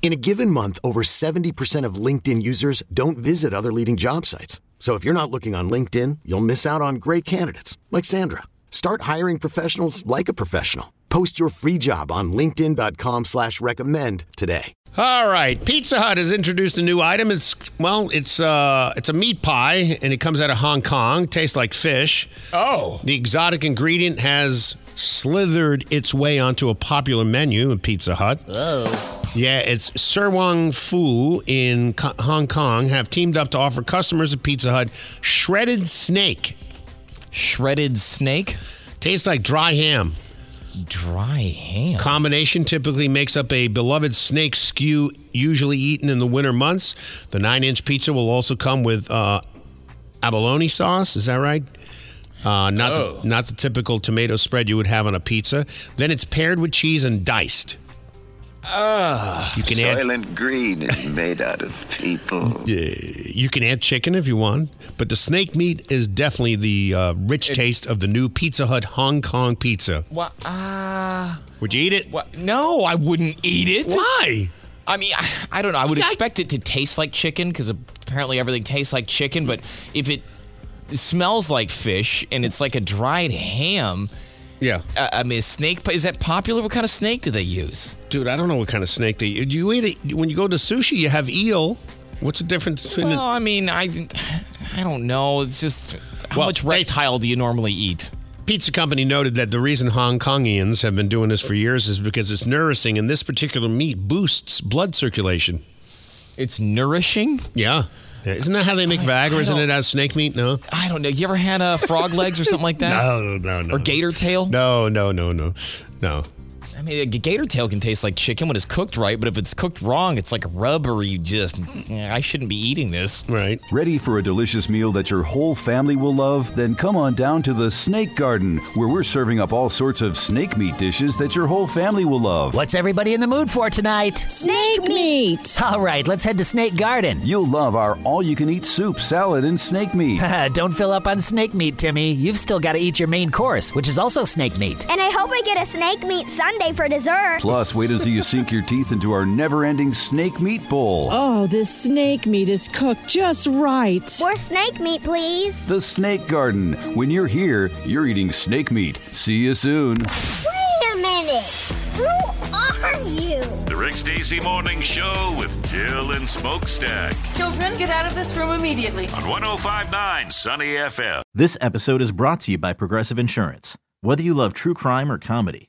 In a given month, over 70% of LinkedIn users don't visit other leading job sites. So if you're not looking on LinkedIn, you'll miss out on great candidates like Sandra. Start hiring professionals like a professional. Post your free job on linkedin.com slash recommend today. All right, Pizza Hut has introduced a new item. It's well, it's uh, it's a meat pie, and it comes out of Hong Kong. Tastes like fish. Oh. The exotic ingredient has slithered its way onto a popular menu at Pizza Hut. Oh. Yeah, it's Sir Wang Fu in Co- Hong Kong have teamed up to offer customers at Pizza Hut shredded snake. Shredded snake? Tastes like dry ham. Dry ham. Combination typically makes up a beloved snake skew, usually eaten in the winter months. The nine inch pizza will also come with uh, abalone sauce. Is that right? Uh, not, Oh. the, not the typical tomato spread you would have on a pizza. Then it's paired with cheese and diced. Ah. you can add Soylent Green is made out of people. you can add chicken if you want, but the snake meat is definitely the uh, rich taste of the new Pizza Hut Hong Kong pizza. What? Ah. Would you eat it? what? No, I wouldn't eat it. Why? I mean, I, I don't know. I would expect it to taste like chicken because apparently everything tastes like chicken. But if it smells like fish and it's like a dried ham, Yeah, uh, I mean, snake is that popular? What kind of snake do they use? dude, I don't know what kind of snake they. Do you eat it when you go to sushi? You have eel. What's the difference between? Well, I mean, I, I don't know. It's just how Well, much they- reptile do you normally eat? the pizza company noted that the reason Hong Kongians have been doing this for years is because it's nourishing, and this particular meat boosts blood circulation. It's nourishing. Yeah, Yeah. isn't that how they make Viagra? I Isn't it don't- out of snake meat? No. I don't know. You ever had uh, frog legs or something like that? No, Oh, no, no. Or gator tail? No, no, no, no, no. I mean, a gator tail can taste like chicken when it's cooked right, but if it's cooked wrong, it's like rubbery. Just, "Mm, I shouldn't be eating this. Right. Ready for a delicious meal that your whole family will love? Then come on down to the Snake Garden, where we're serving up all sorts of snake meat dishes that your whole family will love. What's everybody in the mood for tonight? Snake meat. All right, let's head to Snake Garden. You'll love our all you can eat soup, salad, and snake meat. Don't fill up on snake meat, Timmy. You've still got to eat your main course, which is also snake meat. And I hope I get a snake meat sundae for dessert. Plus, wait until you sink your teeth into our never ending snake meat bowl. Oh, this snake meat is cooked just right. More snake meat, please. The Snake Garden. When you're here, you're eating snake meat. See you soon. Wait a minute. Who are you? The Rick Stacy Morning Show with Jill and Smokestack Children, get out of this room immediately. on 1059 Sunny FM. This episode is brought to you by Progressive Insurance. Whether you love true crime or comedy,